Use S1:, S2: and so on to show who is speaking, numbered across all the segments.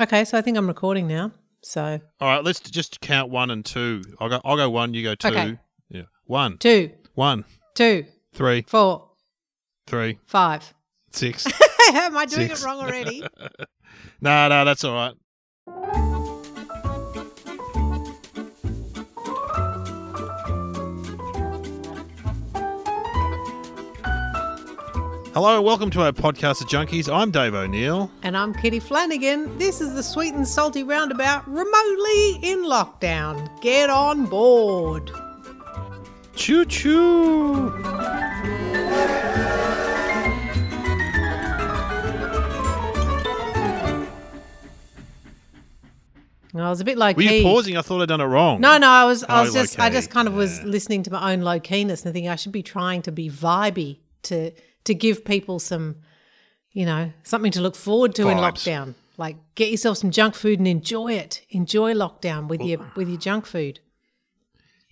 S1: Okay, so I think I'm recording now. So
S2: All right, let's just count one and two. I'll go. I'll go one. You go two.
S1: Okay.
S2: Yeah. One,
S1: two,
S2: one,
S1: two,
S2: three,
S1: four,
S2: three,
S1: five.
S2: six.
S1: Am I doing
S2: Six.
S1: it wrong already?
S2: no, no, that's all right. Hello and welcome to our podcast of Junkies. I'm Dave O'Neill.
S1: and I'm Kitty Flanagan. This is the Sweet and Salty Roundabout remotely in lockdown. Get on board.
S2: Choo choo.
S1: I was a bit low
S2: Were
S1: key.
S2: you pausing? I thought I'd done it wrong.
S1: No, no, I was, I
S2: Oh,
S1: was just, I
S2: low-key,
S1: just kind of was
S2: yeah.
S1: listening to my own low keyness and thinking I should be trying to be vibey to to give people some, you know, something to look forward to in
S2: Vibes.
S1: lockdown. Like get yourself some junk food and enjoy it. Enjoy lockdown with your with your junk food.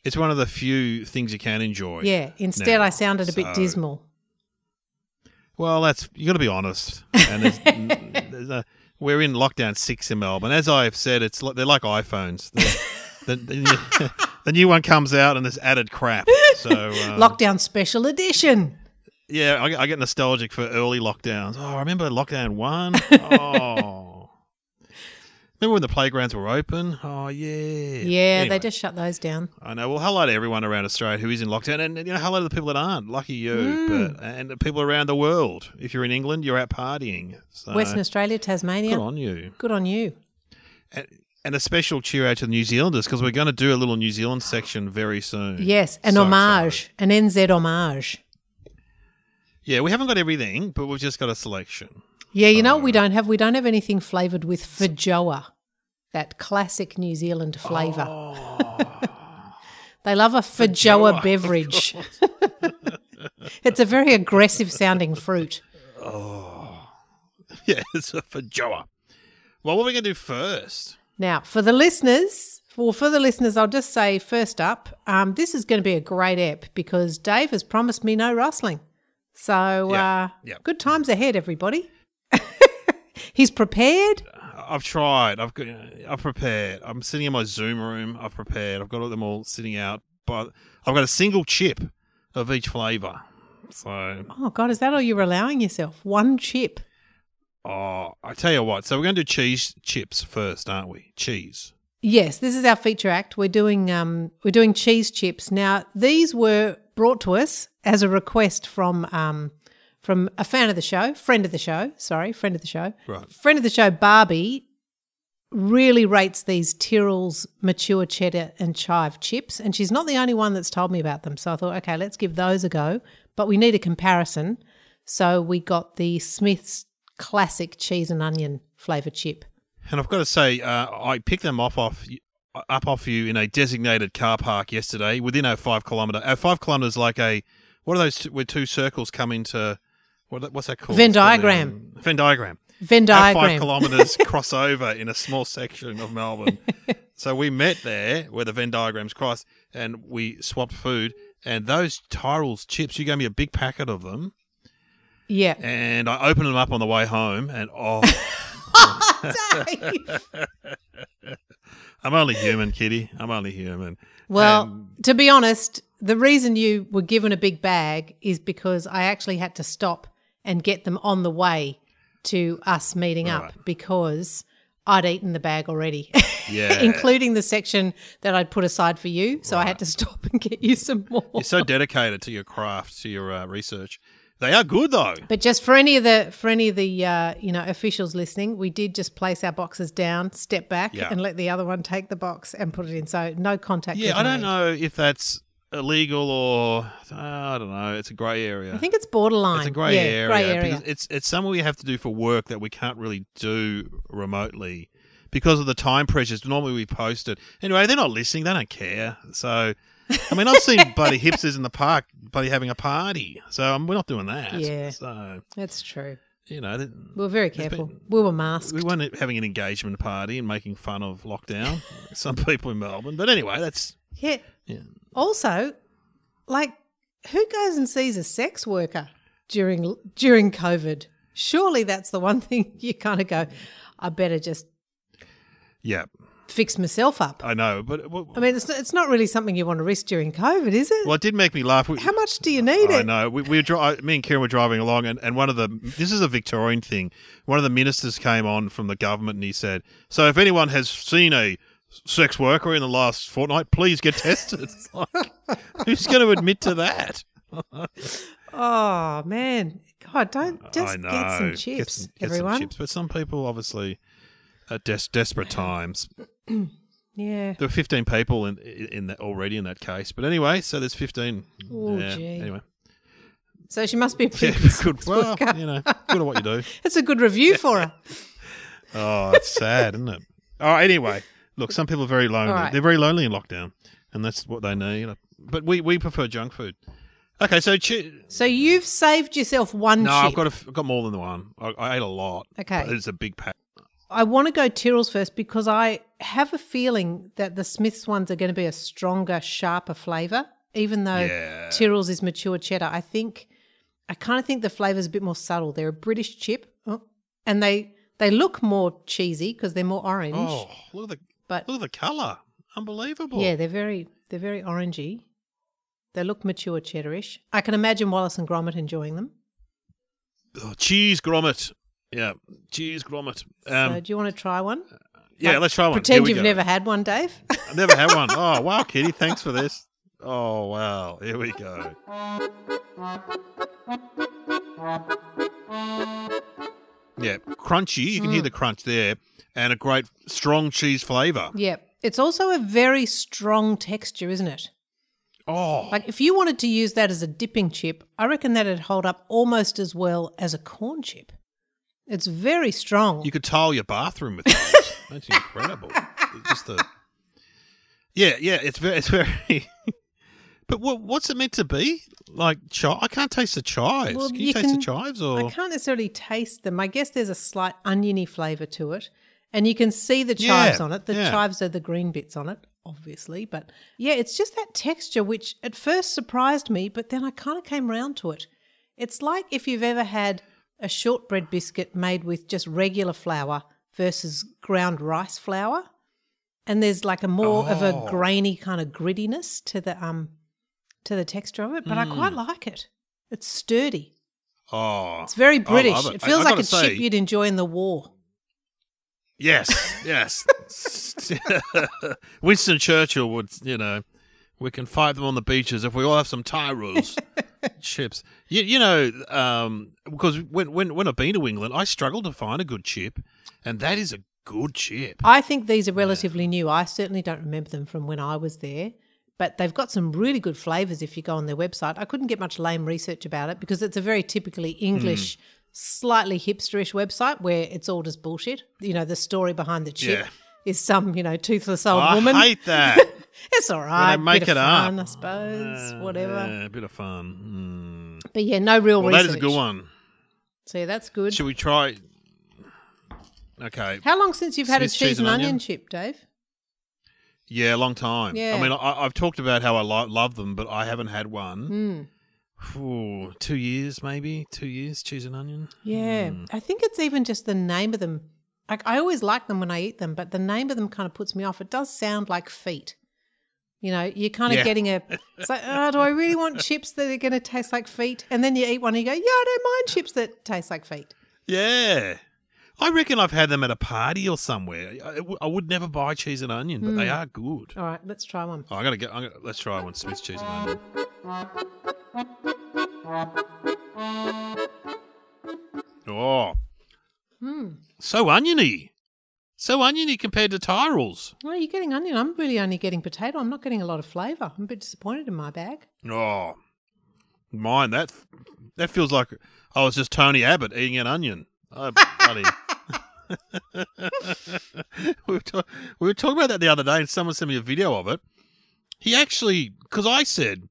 S2: It's one of the few things you can enjoy.
S1: Yeah. Instead,
S2: Now,
S1: I sounded a bit
S2: so-
S1: dismal.
S2: Well, that's you got to be honest. And there's, n- there's a, we're in lockdown six in Melbourne. As I've said, it's like, they're like iPhones. The, the, the, new- the new one comes out and there's added crap. So uh,
S1: Lockdown special edition.
S2: yeah, I, get- I get nostalgic for early lockdowns. Oh, I remember lockdown one. Oh. Remember when the playgrounds were open? Oh yeah.
S1: Yeah,
S2: Anyway.
S1: they just shut those down.
S2: I know. Well, hello to everyone around Australia who is in lockdown, and you know, hello to the people that aren't. Lucky you, but, and the people around the world. If you're in England, you're out partying. So,
S1: Western Australia, Tasmania.
S2: good on you.
S1: Good on you.
S2: And, and a special cheer out to the New Zealanders because we're going to do a little New Zealand section very soon.
S1: Yes, an
S2: So
S1: homage, an NZ homage.
S2: Yeah, we haven't got everything, but we've just got a selection.
S1: Yeah, you know what we don't have we don't have anything flavored with feijoa, that classic New Zealand flavor. they love a
S2: Feijoa,
S1: feijoa
S2: Oh. of
S1: beverage. it's a very aggressive sounding fruit.
S2: Yeah, it's a for Joa. Well, what are we going to do first?
S1: Now, for the listeners, well, for the listeners, I'll just say first up, um, this is going to be a great ep because Dave has promised me no rustling. So,
S2: Yeah,
S1: uh,
S2: yeah.
S1: good times ahead, everybody. He's prepared.
S2: I- I've tried. I've got. I've prepared. I'm sitting in my Zoom room. I've prepared. I've got them all sitting out, but I've got a single chip of each flavour. So
S1: Oh, God, is that all you're allowing yourself? One chip.
S2: Oh, I tell you what. So we're going to do cheese chips first, aren't we? Cheese.
S1: Yes, this is our feature act. We're doing um, we're doing cheese chips now. These were brought to us as a request from um, from a fan of the show, friend of the show. Sorry, friend of the show,
S2: Right.
S1: friend of the show. Barbie really rates these Tyrrell's mature cheddar and chive chips, and she's not the only one that's told me about them. So I thought, okay, let's give those a go. But we need a comparison, so we got the Smith's classic cheese and onion flavor chip.
S2: And I've got to say, uh, I picked them off off up off you in a designated car park yesterday within a five kilometer. A five kilometers is like a what are those two, where two circles come into what are- what's that called?
S1: Venn
S2: It's got a,
S1: diagram.
S2: um, Venn diagram.
S1: Venn
S2: Our
S1: diagram.
S2: five kilometers cross over in a small section of Melbourne. so we met there where the Venn diagrams cross, and we swapped food. And those Tyrell's chips, you gave me a big packet of them.
S1: Yeah.
S2: and I opened them up on the way home, and oh,
S1: Dave.
S2: I'm only human, Kitty. I'm only human.
S1: well,
S2: Um,
S1: to be honest, the reason you were given a big bag is because I actually had to stop and get them on the way to us meeting up because I'd eaten the bag already,
S2: yeah,
S1: including the section that I'd put aside for you. So I had to stop and get you some more.
S2: you're so dedicated to your craft, to your uh, research. They are good though.
S1: But just for any of the for any of the uh, you know officials listening, we did just place our boxes down, step back,
S2: Yeah.
S1: and let the other one take the box and put it in. So no contact.
S2: Yeah,
S1: was
S2: I don't
S1: made.
S2: know if that's illegal or I don't know. It's a grey area.
S1: I think it's borderline.
S2: it's a grey
S1: yeah,
S2: area.
S1: Grey
S2: because
S1: area.
S2: It's it's something we have to do for work that we can't really do remotely because of the time pressures. Normally we post it anyway. They're not listening. They don't care. So, I mean, I've seen bloody hipsters in the park, bloody having a party. So um, we're not doing that.
S1: Yeah.
S2: So
S1: That's true.
S2: you know, th-
S1: We were very
S2: There's
S1: careful.
S2: been-
S1: we were masked.
S2: we weren't having an engagement party and making fun of lockdown. Some people in Melbourne, but anyway, that's
S1: yeah.
S2: yeah.
S1: Also, like, who goes and sees a sex worker during during COVID? Surely that's the one thing you kind of go, I better just
S2: Yeah,
S1: fix myself up.
S2: I know. But well,
S1: I mean, it's, it's not really something you want to risk during COVID, is it?
S2: well, it did make me laugh. We,
S1: How much do you need
S2: I
S1: it?
S2: know. We, we were dri- I- me and Kieran were driving along, and, and one of the this is a Victorian thing. One of the ministers came on from the government, and he said, "So if anyone has seen a sex worker in the last fortnight, please get tested." It's like, who's going to admit to that?
S1: Oh man, God, don't
S2: I
S1: just
S2: know.
S1: get some
S2: Get
S1: chips,
S2: some- get some
S1: everyone.
S2: chips. But some people, obviously, at des- desperate times.
S1: Yeah.
S2: There were 15 people in in, in that already in that case. But anyway, so there's 15.
S1: Oh,
S2: yeah,
S1: gee.
S2: Anyway,
S1: So she must be a
S2: yeah,
S1: pretty
S2: good. Well, you know, good at what you do.
S1: It's a good review for her.
S2: Oh, it's sad, isn't it? Oh, anyway, look, some people are very lonely.
S1: All right.
S2: They're very lonely in lockdown, and that's what they need. But we, we prefer junk food. Okay, so chi-
S1: So you've saved yourself one
S2: no,
S1: chip.
S2: I've got a f- I've got more than the one. I, I ate a lot.
S1: Okay.
S2: but it's a big pack.
S1: I want to go Tyrrell's first because I have a feeling that the Smith's ones are going to be a stronger, sharper flavour, even though
S2: Yeah.
S1: Tyrrell's is mature cheddar. I think, I kind of think the flavour's a bit more subtle. They're a British chip oh, and they they look more cheesy because they're more orange.
S2: Oh, look at the
S1: Mm. but
S2: look at the color, unbelievable.
S1: yeah, they're very they're very orangey. They look mature cheddarish. I can imagine Wallace and Gromit enjoying them.
S2: Oh, cheese grommet. Yeah, cheese grommet. Um,
S1: so do you want to try one?
S2: yeah,
S1: like,
S2: let's try one. Here
S1: Pretend
S2: we
S1: you've
S2: go.
S1: never had one, Dave.
S2: I've never had one. Oh wow, Kitty, thanks for this. Oh wow, here we go. Yeah, crunchy. You can
S1: Mm.
S2: hear the crunch there, and a great strong cheese flavour.
S1: yeah. It's also a very strong texture, isn't it?
S2: Oh,
S1: Like if you wanted to use that as a dipping chip, I reckon that'd hold up almost as well as a corn chip. It's very strong.
S2: you could tile your bathroom with those. That's incredible. It's just the yeah, yeah. It's very, it's very. but what what's it meant to be? Like chive? I can't taste the chives.
S1: Well,
S2: can you,
S1: you
S2: taste
S1: can-
S2: the chives
S1: I
S2: or?
S1: can't necessarily taste them. I guess there's a slight oniony flavour to it. And you can see the chives
S2: Yeah,
S1: on it. The
S2: yeah.
S1: chives are the green bits on it, obviously. But yeah, it's just that texture which at first surprised me, but then I kind of came round to it. It's like if you've ever had a shortbread biscuit made with just regular flour versus ground rice flour. And there's like a more of
S2: Oh.
S1: a grainy kind of grittiness to the um to the texture of it, but I quite
S2: Hmm.
S1: like it. It's sturdy.
S2: Oh,
S1: It's very
S2: I love
S1: British.
S2: it.
S1: It. feels
S2: I- I
S1: like
S2: gotta
S1: a
S2: say-
S1: ship you'd enjoy in the war.
S2: Yes, yes. Winston Churchill would, you know, we can fight them on the beaches if we all have some tie rules. Chips, you, you know, um, because when, when when I've been to England, I struggle to find a good chip, and that is a good chip.
S1: I think these are relatively new. I certainly don't remember them from when I was there, but they've got some really good flavours if you go on their website. I couldn't get much lame research about it because it's a very typically
S2: Hmm.
S1: English, slightly hipsterish website where it's all just bullshit. You know, the story behind the chip
S2: Yeah.
S1: is some, you know, toothless old
S2: I
S1: woman.
S2: hate that.
S1: it's all right.
S2: make
S1: bit of
S2: it up. Ah,
S1: fun, I suppose. Whatever.
S2: Yeah, a bit of fun.
S1: But yeah, no real
S2: Mm. Well, that
S1: research.
S2: is a good one.
S1: So yeah, that's good.
S2: Should we try? Okay.
S1: How long since you've had
S2: Swiss
S1: a cheese and onion chip, Dave?
S2: Yeah, a long time.
S1: Yeah.
S2: I mean, I, I've talked about how I lo- love them, but I haven't had one. Ooh, two years, maybe two years. Cheese and onion.
S1: Yeah, I think it's even just the name of them. Like I always like them when I eat them, but the name of them kind of puts me off. It does sound like feet. You know, you're kind of
S2: Yeah.
S1: getting a. It's like, oh, do I really want chips that are going to taste like feet? And then you eat one and you go, yeah, I don't mind chips that taste like feet.
S2: Yeah, I reckon I've had them at a party or somewhere. I, I w- I would never buy cheese and onion, but they are good.
S1: All right, let's try one.
S2: Oh, I gotta get. I'm gonna, let's try one Smith's cheese and onion. Oh, so oniony, so oniony compared to Tyrell's.
S1: Well, you're getting onion. I'm really only getting potato. I'm not getting a lot of flavour. I'm a bit disappointed in my bag.
S2: Oh, mine that that feels like I was just Tony Abbott eating an onion. Oh, bloody. we, were ta- we were talking about that the other day, and someone sent me a video of it. He actually, because I said,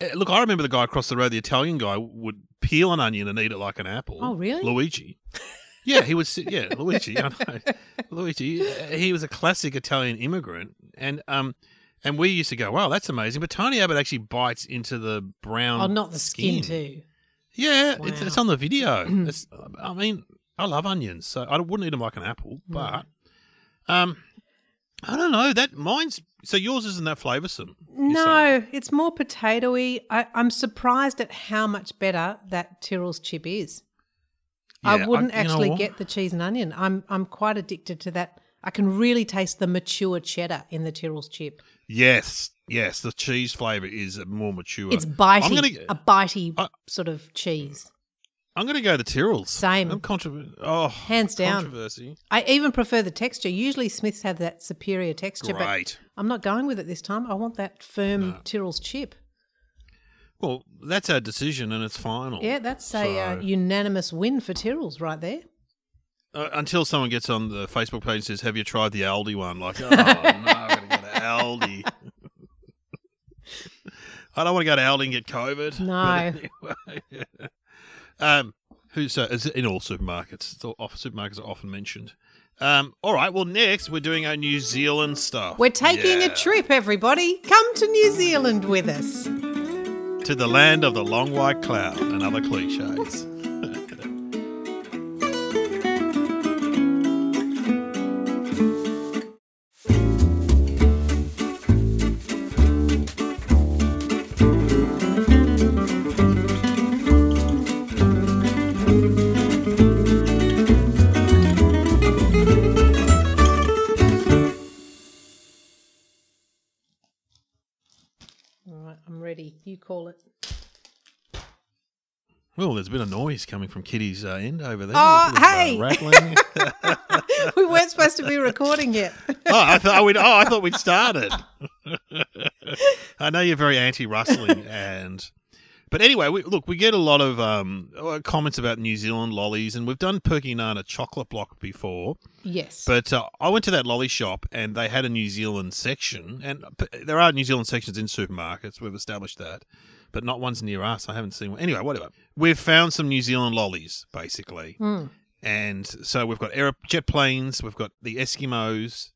S2: eh, "Look, I remember the guy across the road, the Italian guy, would peel an onion and eat it like an apple."
S1: Oh, really?
S2: Luigi. Yeah, he was. si- Yeah, Luigi. I know. Luigi. eh, He was a classic Italian immigrant, and um, and we used to go, "Wow, that's amazing!" But Tony Abbott actually bites into the brown.
S1: oh, not the skin, too.
S2: Yeah, it's, it's
S1: Wow.
S2: on the video. it's, I mean, I love onions, so I wouldn't eat them like an apple, but Um, I don't know. That mine's so yours isn't that flavoursome. you're saying.
S1: No, it's more potatoey. I, I'm surprised at how much better that Tyrrell's chip is.
S2: Yeah,
S1: I wouldn't
S2: you know
S1: actually
S2: what?
S1: get the cheese and onion. I'm I'm quite addicted to that. I can really taste the mature cheddar in the Tyrrell's chip.
S2: Yes, yes, the cheese flavour is more mature.
S1: It's bitey,
S2: I'm gonna,
S1: a bitey
S2: I-
S1: sort of cheese.
S2: I'm gonna go the Tyrrell's.
S1: Same.
S2: I'm controver- Oh,
S1: Hands down.
S2: Controversy.
S1: I even prefer the texture. Usually Smiths have that superior texture, but
S2: Great.
S1: I'm not going with it this time. I want that firm Tyrrell's chip.
S2: Well, that's our decision, and it's final.
S1: Yeah, that's a
S2: Oh, So-
S1: uh, unanimous win for Tyrrell's right there.
S2: Uh, until someone gets on the Facebook page and says, "Have you tried the Aldi one?" Like, oh no, I'm gonna go to Aldi. I don't want to go to Aldi and get COVID.
S1: No.
S2: But anyway. um, who so is it in all supermarkets? It's all, off, supermarkets are often mentioned. Um, all right. Well, next we're doing our New Zealand stuff.
S1: We're taking
S2: Yeah.
S1: a trip, everybody. Come to New Zealand with us.
S2: to the land of the long white cloud and other cliches.
S1: All right, I'm ready. You call it.
S2: Well, there's been a noise coming from Kitty's uh, end over there.
S1: Oh,
S2: A bit of, uh,
S1: hey.
S2: rattling.
S1: we weren't supposed to be recording yet.
S2: oh, I thought we'd. Oh, I thought we'd started. I know you're very anti-rustling, and but anyway, we, look, we get a lot of um, uh, comments about New Zealand lollies, and we've done Perky Nana chocolate block before.
S1: Yes.
S2: But uh, I went to that lolly shop, and they had a New Zealand section, and p- there are New Zealand sections in supermarkets. We've established that, but not ones near us. I haven't seen one. Anyway, whatever. We've found some New Zealand lollies, basically.
S1: Mm.
S2: And so we've got aer- jet planes, we've got the Eskimos,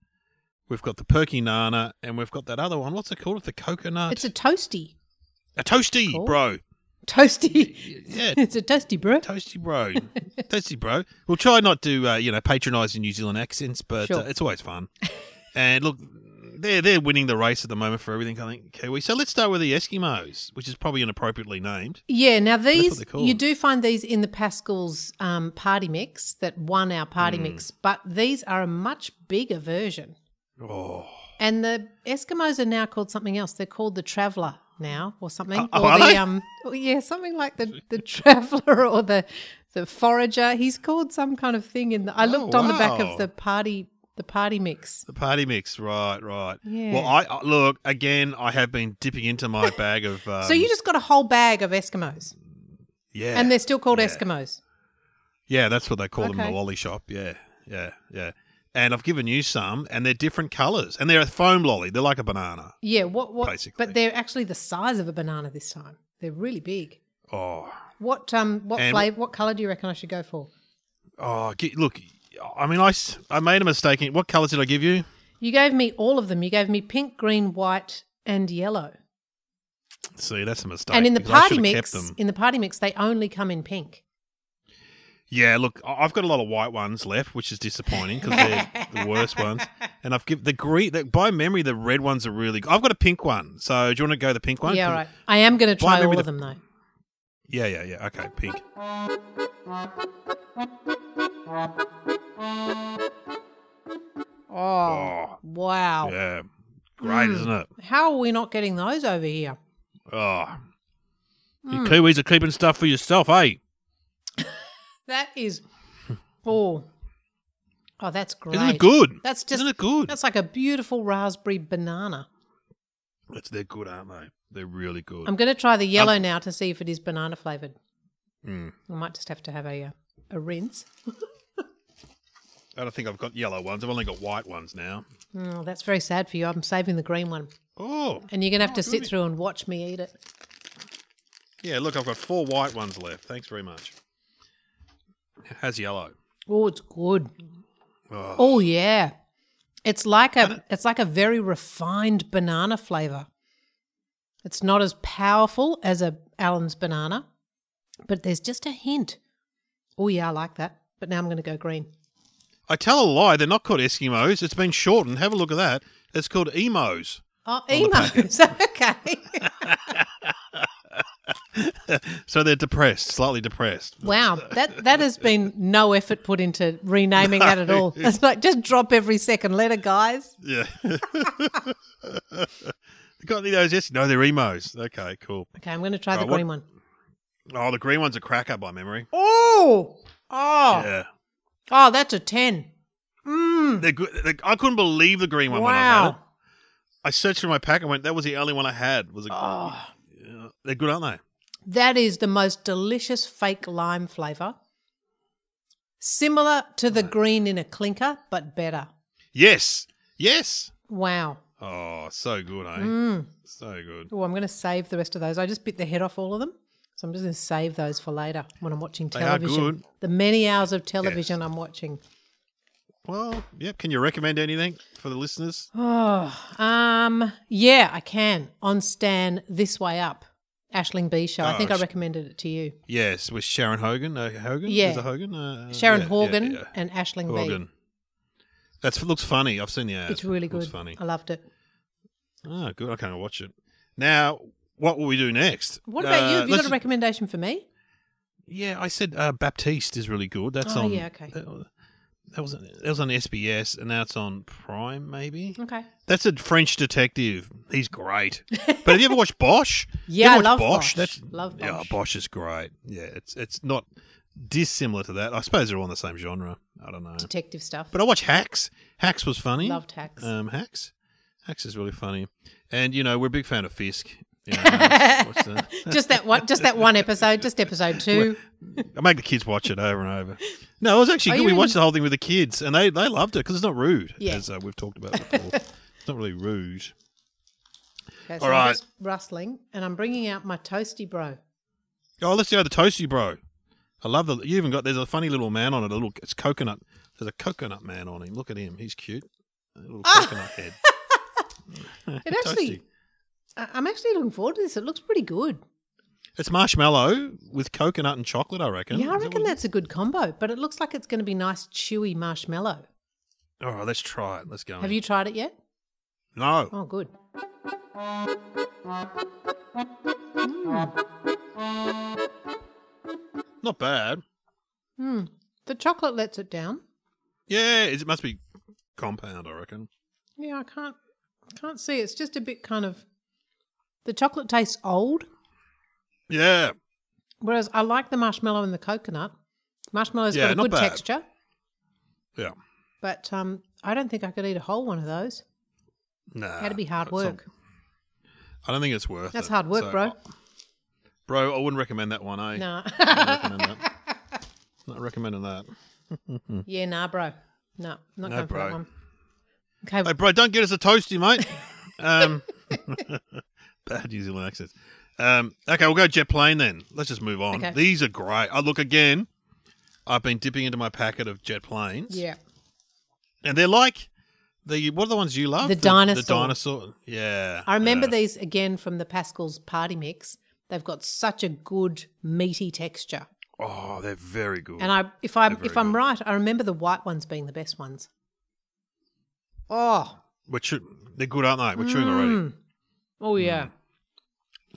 S2: we've got the Perky Nana, and we've got that other one. What's it called? The coconut?
S1: it's a toasty.
S2: a toasty,
S1: Cool.
S2: bro.
S1: Toasty.
S2: Yeah,
S1: it's a toasty, bro.
S2: toasty, bro. toasty, bro. We'll try not to, uh, you know, patronise the New Zealand accents, but uh,
S1: Sure.
S2: it's always fun. and look, they're they're winning the race at the moment for everything. I think Kiwi. So let's start with the Eskimos, which is probably inappropriately named.
S1: Yeah, now
S2: they're
S1: these,
S2: called.
S1: you do find these in the Pascal's um, party mix that won our party mix,
S2: Mm.
S1: but these are a much bigger version.
S2: Oh,
S1: And the Eskimos are now called something else. They're called the Traveller now, or something.
S2: Oh,
S1: or
S2: are
S1: the
S2: they?
S1: um, oh, yeah, something like the the Traveller or the the Forager. He's called some kind of thing. In the, I
S2: Oh,
S1: looked on the back
S2: wow.
S1: of the party the party mix.
S2: the party mix, right, right.
S1: Yeah.
S2: Well, I I- look again. I have been dipping into my bag of. Um,
S1: so you just got a whole bag of Eskimos,
S2: yeah,
S1: and they're still called
S2: yeah.
S1: Eskimos.
S2: Yeah, that's what they call them in
S1: Okay.
S2: the lolly shop. Yeah, yeah, yeah. And I've given you some, and they're different colours, and they're a foam lolly. They're like a banana.
S1: Yeah, what what?
S2: Basically.
S1: But they're actually the size of a banana this time. They're really big.
S2: Oh,
S1: What um what
S2: And-
S1: flavor? What color do you reckon I should go for?
S2: Oh, ge- look, I mean, I, s- I made a mistake. in- What colours did I give you?
S1: You gave me all of them. You gave me pink, green, white, and yellow.
S2: See, that's a mistake.
S1: and in the
S2: because I
S1: party
S2: should have kept
S1: mix,
S2: them.
S1: in the party mix, they only come in pink.
S2: yeah, look, I- I've got a lot of white ones left, which is disappointing because they're the worst ones. And I've given the green, the, by memory, the red ones are really. Good. I've got a pink one, so do you want to go the pink one?
S1: yeah,
S2: 'Cause-
S1: all right. I am going to
S2: Why
S1: try
S2: maybe
S1: all
S2: the-
S1: of them though.
S2: Yeah, yeah, yeah. Okay, pink.
S1: Oh,
S2: Oh,
S1: wow!
S2: yeah, great,
S1: Mm.
S2: isn't it?
S1: How are we not getting those over here?
S2: Oh, you
S1: Mm.
S2: Kiwis are keeping stuff for yourself, eh?
S1: That is, oh, oh, that's great.
S2: Isn't it good?
S1: That's just
S2: isn't it good?
S1: that's like a beautiful raspberry banana.
S2: That's, they're good, aren't they? They're really good.
S1: I'm going to try the yellow now to see if it is banana flavored.
S2: Mm.
S1: I might just have to have a uh, a rinse.
S2: I don't think I've got yellow ones. I've only got white ones now.
S1: Oh, that's very sad for you. I'm saving the green one,
S2: Oh,
S1: and you're going to have to sit through and watch me eat it.
S2: yeah. Look, I've got four white ones left. Thanks very much. It has yellow.
S1: Oh, it's good.
S2: Oh,
S1: Oh yeah, it's like a it's like a very refined banana flavor. It's not as powerful as a Allen's banana, but there's just a hint. Oh yeah, I like that. But now I'm going to go green.
S2: I tell a lie. They're not called Eskimos. It's been shortened. Have a look at that. It's called emos.
S1: Oh,
S2: the
S1: emos. okay.
S2: So they're depressed, slightly depressed.
S1: wow. That that has been no effort put into renaming that at all. It's like just drop every second letter, guys.
S2: Yeah. Got any of those? Yes. No, they're emos. Okay, cool.
S1: Okay, I'm going to try the
S2: Right, what-
S1: green one.
S2: Oh, the green one's a cracker by memory.
S1: Oh. Oh.
S2: Yeah.
S1: Oh, that's a 10. Mm.
S2: They're good. they I couldn't believe the green one when I had it.
S1: Wow.
S2: I searched through my pack and went, that was the only one I had. Was a,
S1: Oh.
S2: Yeah. They're good, aren't
S1: That is the most delicious fake lime flavor. Similar to the green in a clinker, but better.
S2: they? Yes. Yes.
S1: Wow.
S2: Oh, so good, eh?
S1: Mm.
S2: So good.
S1: Oh, I'm going to save the rest of those. I just bit the head off all of them. So I'm just going to save those for later when I'm watching
S2: They are
S1: television.
S2: good.
S1: The many hours of television I'm watching.
S2: Well, yep. Can you recommend anything for the listeners?
S1: Oh, um, yeah, I can. On Stan, This Way Up, Ashling B show. I
S2: Oh,
S1: think I
S2: sh-
S1: recommended it to you.
S2: Mm, Yes, with Sharon Hogan. Uh, Hogan?
S1: Yeah.
S2: Is it Hogan? Uh,
S1: Sharon
S2: yeah, yeah,
S1: Horgan
S2: yeah.
S1: and Ashling B.
S2: Hogan. That's looks funny. I've seen the ad.
S1: It's really good.
S2: Looks funny.
S1: I loved it.
S2: Oh, good. I can't watch it. Now, what will we do next?
S1: What about you?
S2: Uh,
S1: Have you
S2: let's-
S1: got a recommendation for me?
S2: Yeah, I said uh, Baptiste is really good. That's
S1: Oh,
S2: on.
S1: yeah, okay.
S2: That, that was that was on SBS, and now it's on Prime. Maybe
S1: Okay.
S2: that's a French detective. He's great. But have you ever watched Bosch?
S1: Yeah, I
S2: You ever watched
S1: love Bosch.
S2: That's
S1: Love
S2: Yeah,
S1: Bosch.
S2: Bosch is great. Yeah, it's it's not dissimilar to that. I suppose they're all in the same genre. I don't know.
S1: Detective stuff.
S2: But I watch Hacks. Hacks was funny.
S1: Loved Hacks.
S2: Um, Hacks. Hacks is really funny. And, you know, we're a big fan of Fisk. You know, Hacks. What's the-
S1: just that one. Just that one episode. Just episode two.
S2: I make the kids watch it over and over. No, it was actually
S1: Are
S2: good.
S1: you
S2: We
S1: in-
S2: watched the whole thing with the kids, and they, they loved it because it's not rude,
S1: Yeah.
S2: as uh, we've talked about before. it's not really rude.
S1: Okay,
S2: All
S1: I'm
S2: right.
S1: just rustling, and I'm bringing out my toasty bro.
S2: Oh, let's go the toasty bro. I love the. You even got there's a funny little man on it. A little it's coconut. There's a coconut man on him. Look at him. He's cute. A little
S1: Ah!
S2: coconut head.
S1: It actually,
S2: Toasty.
S1: I- I'm actually looking forward to this. It looks pretty good.
S2: It's marshmallow with coconut and chocolate. I reckon.
S1: Yeah, I
S2: Is that
S1: reckon
S2: what-
S1: that's a good combo. But it looks like it's going to be nice, chewy marshmallow.
S2: All right, let's try it. Let's go.
S1: Have you tried it yet?
S2: No.
S1: Oh, good.
S2: Not bad.
S1: Hmm. The chocolate lets it down.
S2: Yeah, it must be compound. I reckon.
S1: Yeah, I can't can't see. It's just a bit kind of the chocolate tastes old,
S2: Yeah.
S1: whereas I like the marshmallow and the coconut. Marshmallow's
S2: Yeah,
S1: got a
S2: not
S1: good
S2: bad.
S1: texture,
S2: Yeah.
S1: but um, I don't think I could eat a whole one of those.
S2: Nah.
S1: That'd be hard
S2: it's not-
S1: work.
S2: I don't think it's worth.
S1: That's
S2: it.
S1: hard work,
S2: So, uh,
S1: bro.
S2: Bro, I wouldn't recommend that one. Eh?
S1: Nah.
S2: Not recommending that. Not recommending that.
S1: yeah, nah, bro. No, not
S2: No,
S1: going for
S2: bro.
S1: that one. Okay,
S2: Hey, bro, don't get us a toasty, mate. um, bad New Zealand accents. Um, okay, we'll go jet plane then. Let's just move on.
S1: Okay.
S2: These are great. I look again. I've been dipping into my packet of jet planes.
S1: yeah.
S2: and they're like the what are the ones you love?
S1: The dinosaur.
S2: The dinosaur. Yeah,
S1: I remember
S2: yeah.
S1: these again from the Pascal's party mix. They've got such a good meaty texture,
S2: Oh, they're very good.
S1: and I if I
S2: They're very
S1: if I'm
S2: good.
S1: right, I remember the white ones being the best ones. Oh,
S2: We're chew- they're good, aren't they? We're chewing already. Mm.
S1: oh yeah,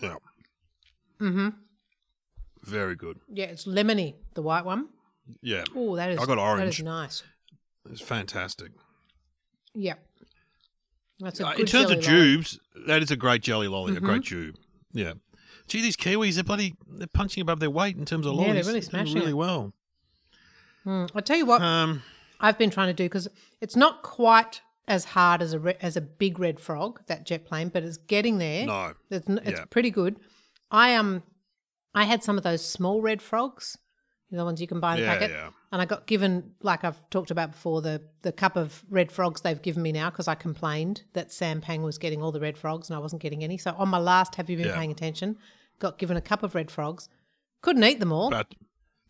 S2: Yeah,
S1: mm-hmm.
S2: very good.
S1: Yeah, it's lemony, the white one.
S2: Yeah,
S1: Oh, that is.
S2: I
S1: That
S2: got
S1: is
S2: orange.
S1: nice.
S2: it's fantastic.
S1: Yeah, that's a
S2: Uh,
S1: good.
S2: in terms of
S1: jelly lolly. Mm-hmm.
S2: jubes, that is a great jelly lolly, a great jube. Yeah. Gee, these Kiwis, they're bloody, they're punching above their weight in terms of
S1: Yeah,
S2: lollies.
S1: they're really
S2: They're doing
S1: smashing
S2: really
S1: it.
S2: well.
S1: Mm, I tell you what,
S2: Um,
S1: I've been trying to do because it's not quite as hard as a re- as a big red frog that jet plane, but it's getting there.
S2: No.
S1: it's, n- it's
S2: Yeah.
S1: pretty good. I um, I had some of those small red frogs, you know, the ones you can buy in the
S2: Yeah,
S1: packet,
S2: yeah.
S1: and I got given like I've talked about before the the cup of red frogs they've given me now because I complained that Sam Pang was getting all the red frogs and I wasn't getting any. So on my last, have you been
S2: Yeah.
S1: paying attention? Got given a cup of red frogs, couldn't eat them all
S2: but,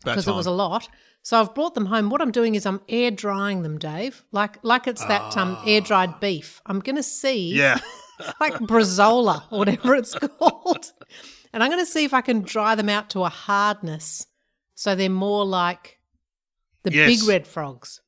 S2: but
S1: because it was a lot. So I've brought them home. What I'm doing is I'm air drying them, Dave. Like like it's that um, air dried beef. I'm going to see
S2: Ah. yeah.
S1: like Brazola or whatever it's called, and I'm going to see if I can dry them out to a hardness so they're more like the
S2: Yes.
S1: big red frogs.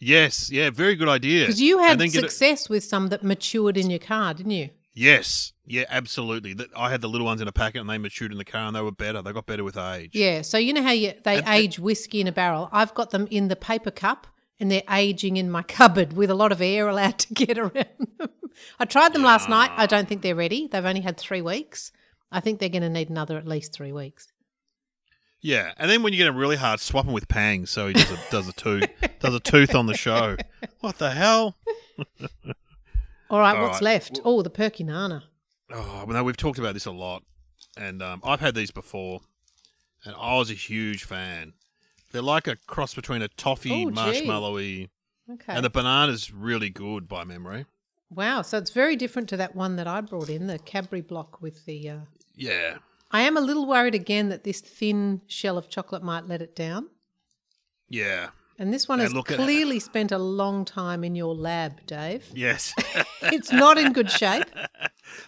S2: Yes, yeah, very good idea.
S1: Because you
S2: And
S1: had
S2: then get it-
S1: success with some that matured in your car, didn't you?
S2: yes, yeah, absolutely. That- I had the little ones in a packet and they matured in the car and they were better. They got better with age.
S1: Yeah. So you know how you, they
S2: And- and-
S1: age whiskey in a barrel? I've got them in the paper cup and they're aging in my cupboard with a lot of air allowed to get around them. I tried them last night. I don't think they're ready. They've only had three weeks. I think they're going to need another at least three weeks.
S2: Yeah, and then when you get him really hard, swap him with Pang, so he does a, does a tooth does a tooth on the show. What the hell?
S1: All right.
S2: All
S1: what's
S2: right.
S1: left? Oh, the perky nana.
S2: Oh, well, no, we've talked about this a lot, and um, I've had these before, and I was a huge fan. They're like a cross between a toffee,
S1: Oh, gee.
S2: marshmallowy,
S1: Okay.
S2: and the banana's really good by memory.
S1: wow. So it's very different to that one that I brought in, the Cadbury block with the. Uh,
S2: Yeah,
S1: I am a little worried again that this thin shell of chocolate might let it down.
S2: yeah,
S1: And this one
S2: Now
S1: has
S2: look at-
S1: clearly spent a long time in your lab, Dave.
S2: yes.
S1: It's not in good shape.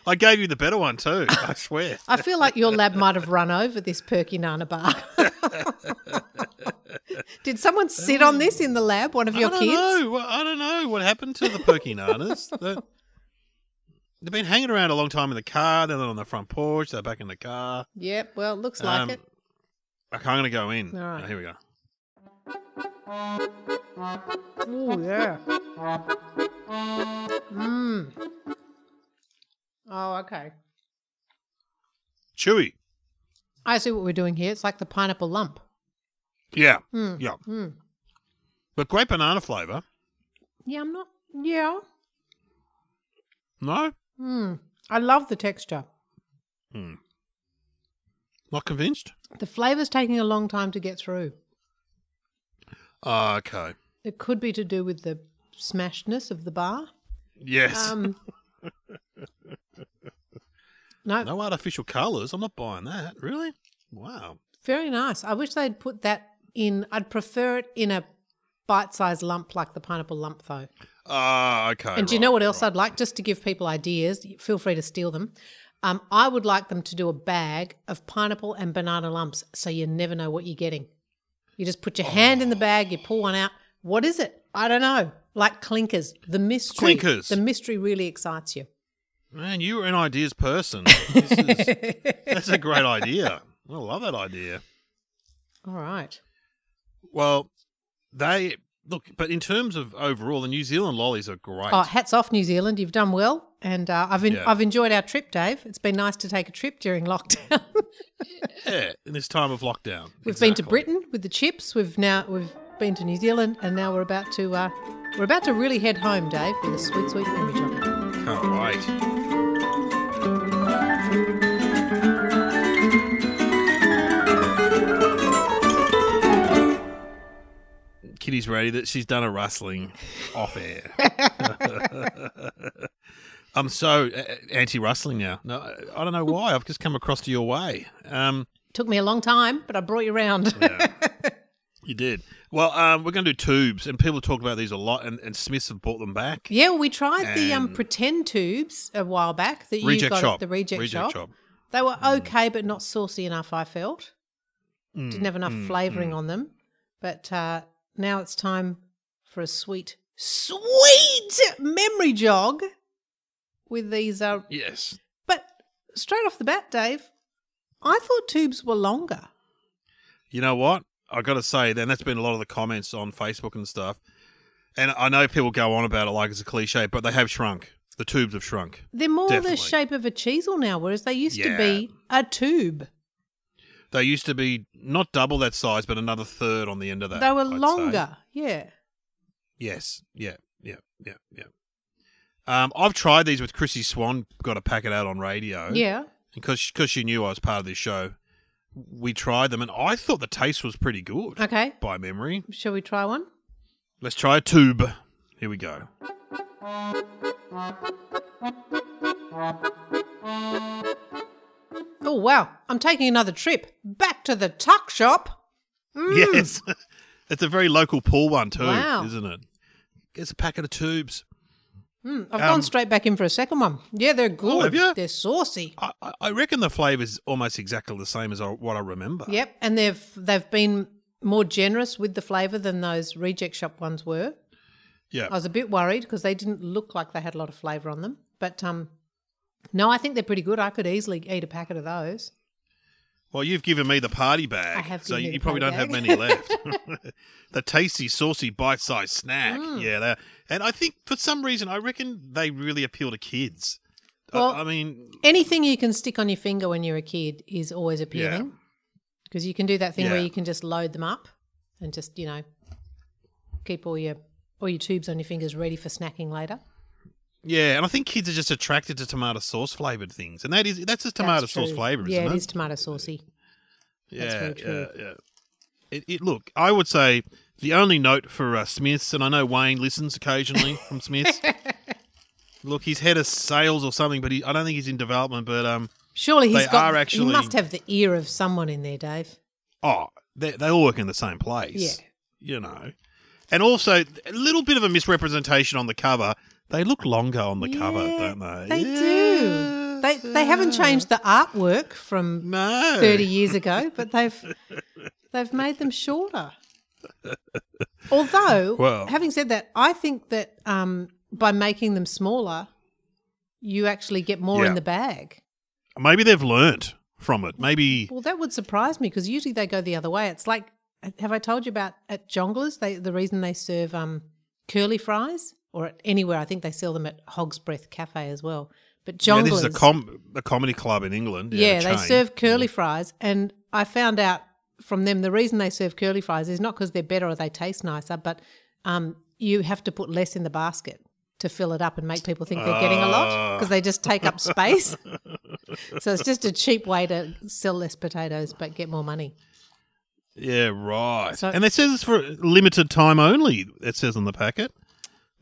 S2: I gave you the better one too. I swear.
S1: I feel like your lab might have run over this perky nana bar. Did someone sit on this in the lab? One of your
S2: I don't
S1: kids?
S2: know. Well, I don't know what happened to the perky nanas. They- They've been hanging around a long time in the car. They're not on the front porch. They're back in the car.
S1: Yep. Well, it looks like
S2: Um,
S1: it.
S2: Okay, I'm going to go in.
S1: All right.
S2: Oh, here we go.
S1: Oh yeah. Mmm. Oh, okay.
S2: Chewy.
S1: I see what we're doing here. It's like the pineapple lump.
S2: Yeah.
S1: Mm.
S2: Yeah.
S1: Mm.
S2: But great banana flavour.
S1: Yeah, I'm not. Yeah.
S2: No?
S1: Mm. I love the texture.
S2: Not convinced?
S1: The flavor's taking a long time to get through.
S2: Ah, Okay.
S1: It could be to do with the smashedness of the bar.
S2: Yes.
S1: Um, no,
S2: no artificial colours. I'm not buying that. Really? Wow.
S1: very nice. I wish they'd put that in. I'd prefer it in a bite-sized lump like the pineapple lump, though.
S2: Ah, okay.
S1: and do you
S2: right,
S1: know what else
S2: right.
S1: I'd like? Just to give people ideas, feel free to steal them. Um, I would like them to do a bag of pineapple and banana lumps, so you never know what you're getting. You just put your hand in the bag, you pull one out. What is it? I don't know. Like clinkers, the mystery.
S2: Clinkers.
S1: The mystery really excites you.
S2: Man, you are an ideas person. This is, that's a great idea. I love that idea.
S1: All right.
S2: Well, they look, but in terms of overall, the New Zealand lollies are great.
S1: Oh, hats off, New Zealand! You've done well, and uh, I've en-
S2: Yeah.
S1: I've enjoyed our trip, Dave. It's been nice to take a trip during lockdown.
S2: yeah, in this time of lockdown,
S1: we've been to Britain with the chips. We've now we've been to New Zealand, and now we're about to uh, we're about to really head home, Dave, with a sweet, sweet memory chocolate.
S2: Can't wait. Kitty's ready that she's done a rustling off air. I'm so uh, anti-rustling now. No, I- I don't know why. I've just come across to your way. Um,
S1: Took me a long time, but I brought you round.
S2: You did. Well, um, we're going to do tubes, and people talk about these a lot, and, and Smiths have bought them back.
S1: yeah, well, we tried the um,
S2: And-
S1: pretend tubes a while back that you
S2: Reject
S1: got
S2: shop.
S1: at the reject, shop. They were okay, but not saucy enough. I felt
S2: Mm,
S1: didn't have enough
S2: mm,
S1: flavouring on them, but uh, now it's time for a sweet, sweet memory jog with these. Uh,
S2: Yes.
S1: but straight off the bat, Dave, I thought tubes were longer.
S2: You know what? I got to say, then that's been a lot of the comments on Facebook and stuff. And I know people go on about it like it's a cliche, but they have shrunk. The tubes have shrunk.
S1: They're more
S2: Definitely.
S1: the shape of a cheesel now, whereas they used to
S2: Yeah.
S1: be a tube.
S2: They used to be not double that size, but another third on the end of that.
S1: they were
S2: I'd say.
S1: longer. Yeah.
S2: Yes. Yeah. Yeah. Yeah. Yeah. Um, I've tried these with Chrissy Swan. Got a packet out on radio.
S1: Yeah.
S2: because because she knew I was part of this show, we tried them, and I thought the taste was pretty good
S1: Okay.
S2: by memory.
S1: Shall we try one?
S2: Let's try a tube. Here we go.
S1: Oh, wow. I'm taking another trip back to the tuck shop.
S2: Yes, it's a very local pool one too,
S1: Mm. Wow.
S2: isn't it? It's a packet of tubes.
S1: Mm, I've
S2: Um, Oh,
S1: gone straight back in for a second one. Yeah, they're good.
S2: have you?
S1: They're saucy.
S2: I, I- I reckon the flavour is almost exactly the same as I, what I remember.
S1: Yep, and they've they've been more generous with the flavour than those reject shop ones were.
S2: Yeah.
S1: I was a bit worried because they didn't look like they had a lot of flavour on them. But um, no, I think they're pretty good. I could easily eat a packet of those.
S2: Well, you've given me the party bag,
S1: I have
S2: so
S1: given you
S2: you,
S1: the
S2: probably don't
S1: party
S2: have
S1: bag.
S2: many left. the tasty, saucy, bite-sized snack.
S1: Mm.
S2: Yeah, they and I think for some reason, I reckon they really appeal to kids. I-
S1: Well-
S2: I, mean,
S1: Anything you can stick on your finger when you're a kid is always appealing because you can do that thing where
S2: Yeah.
S1: you can just load them up and just you know keep all your all your tubes on your fingers ready for snacking later.
S2: yeah, and I think kids are just attracted to tomato sauce flavored things, and that is that's just tomato
S1: That's
S2: sauce
S1: true.
S2: flavor,
S1: Yeah,
S2: isn't it?
S1: it is tomato saucy.
S2: Yeah,
S1: very true.
S2: yeah, yeah. It, it look, I would say the only note for uh, Smiths, and I know Wayne listens occasionally from Smiths. look, he's head of sales or something, but he, I don't think he's in development. But um,
S1: Surely he's
S2: They
S1: got.
S2: are
S1: he
S2: actually-
S1: must have the ear of someone in there, Dave.
S2: oh, they, they all work in the same place.
S1: Yeah.
S2: You know. And also, a little bit of a misrepresentation on the cover. They look longer on the cover,
S1: Yeah,
S2: don't they?
S1: They do. They
S2: Yes,
S1: they haven't
S2: yeah.
S1: changed the artwork from
S2: No.
S1: 30 years ago, but they've they've made them shorter. Although,
S2: Well-
S1: having said that, I think that um, by making them smaller, you actually get more in
S2: Yeah.
S1: the bag.
S2: Maybe they've learnt from it. Maybe.
S1: Well, that would surprise me because usually they go the other way. It's like, have I told you about at Jonglers? They the reason they serve um, curly fries, or at anywhere. I think they sell them at Hog's Breath Cafe as well. But Jonglers,
S2: Yeah, this is a, com- a comedy club in England.
S1: Yeah,
S2: a
S1: they
S2: chain.
S1: serve curly fries, and I found out from them the reason they serve curly fries is not because they're better or they taste nicer, but um, you have to put less in the basket to fill it up and make people think they're getting a
S2: Ah.
S1: lot because they just take up space. so it's just a cheap way to sell less potatoes but get more money.
S2: Yeah, right.
S1: So-
S2: and it says it's for limited time only. It says on the packet.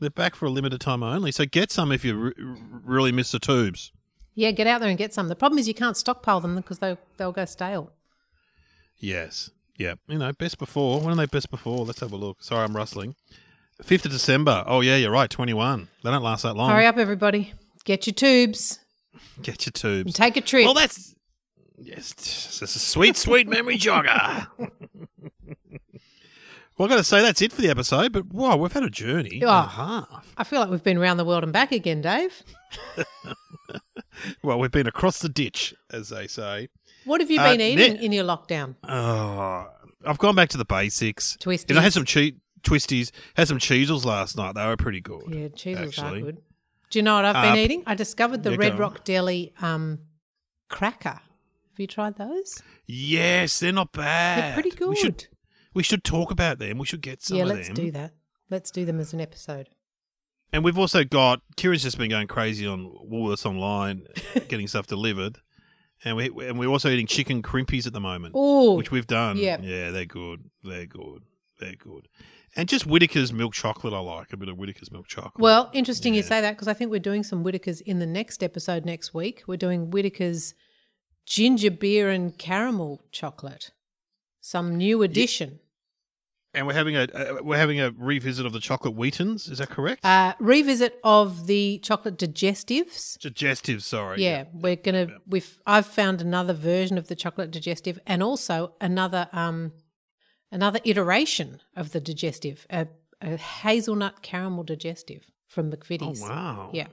S2: They're back for a limited time only. So get some if you re- really miss the tubes.
S1: Yeah, get out there and get some. The problem is you can't stockpile them because they they'll go stale.
S2: Yes. Yeah. You know, best before. When are they best before? Let's have a look. Sorry, I'm rustling. 5th of December. Oh, yeah, you're right. 21. They don't last that long.
S1: Hurry up, everybody! Get your tubes
S2: Get your
S1: and
S2: tubes.
S1: take a trip.
S2: Well, that's. Yes, it's a sweet, sweet memory jogger. well, I've got to say, that's it for the episode, but wow, we've had a journey and
S1: Yeah.
S2: a half.
S1: I feel like we've been around the world and back again, Dave.
S2: Well, we've been across the ditch, as they say.
S1: What have you
S2: Uh,
S1: been eating
S2: Nick-
S1: in your lockdown?
S2: Oh, I've gone back to the basics.
S1: Twisties.
S2: And I had some cheat twisties, had some cheesels last night. They were pretty good.
S1: Yeah, cheeses
S2: actually.
S1: are good. Do you know what I've been
S2: Uh,
S1: eating? I discovered the
S2: yeah,
S1: Red
S2: go on.
S1: Rock Deli um, cracker. Have you tried those?
S2: Yes, they're not bad.
S1: They're pretty good.
S2: Uh, We should, we should talk about them. We should get some
S1: yeah,
S2: of
S1: let's
S2: them.
S1: do that. Let's do them as an episode.
S2: And we've also got Kieran's just been going crazy on Woolworths online, getting stuff delivered, and we and we're also eating chicken crimpies at the moment,
S1: Oh,
S2: which we've done.
S1: Yep.
S2: yeah, they're good. They're good. They're good. And just Whitaker's milk chocolate, I like a bit of Whitaker's milk chocolate.
S1: well, interesting you
S2: Yeah.
S1: say that because I think we're doing some Whitakers in the next episode next week. We're doing Whitakers ginger beer and caramel chocolate, some new addition.
S2: and we're having a uh, we're having a revisit of the chocolate Wheatons. Is that correct?
S1: Uh, revisit of the chocolate digestives.
S2: Digestive, sorry.
S1: Yeah, we're gonna. We've I've found another version of the chocolate digestive, and also another um, another iteration of the digestive, a, a hazelnut caramel digestive from
S2: Oh
S1: McVitie's.
S2: wow.
S1: Yeah.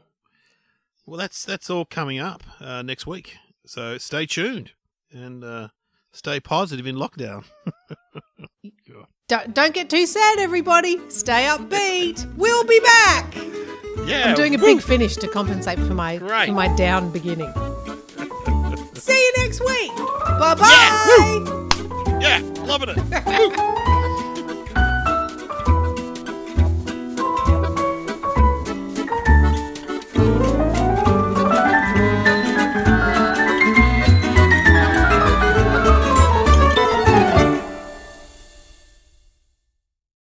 S2: Well, that's that's all coming up uh, next week. So stay tuned and uh, stay positive in lockdown.
S1: Don't, don't get too sad, everybody. Stay upbeat. We'll be back.
S2: Yeah.
S1: I'm doing a big finish to compensate for my
S2: Great.
S1: for my down beginning. See you next week. Bye bye.
S2: Yeah, loving it.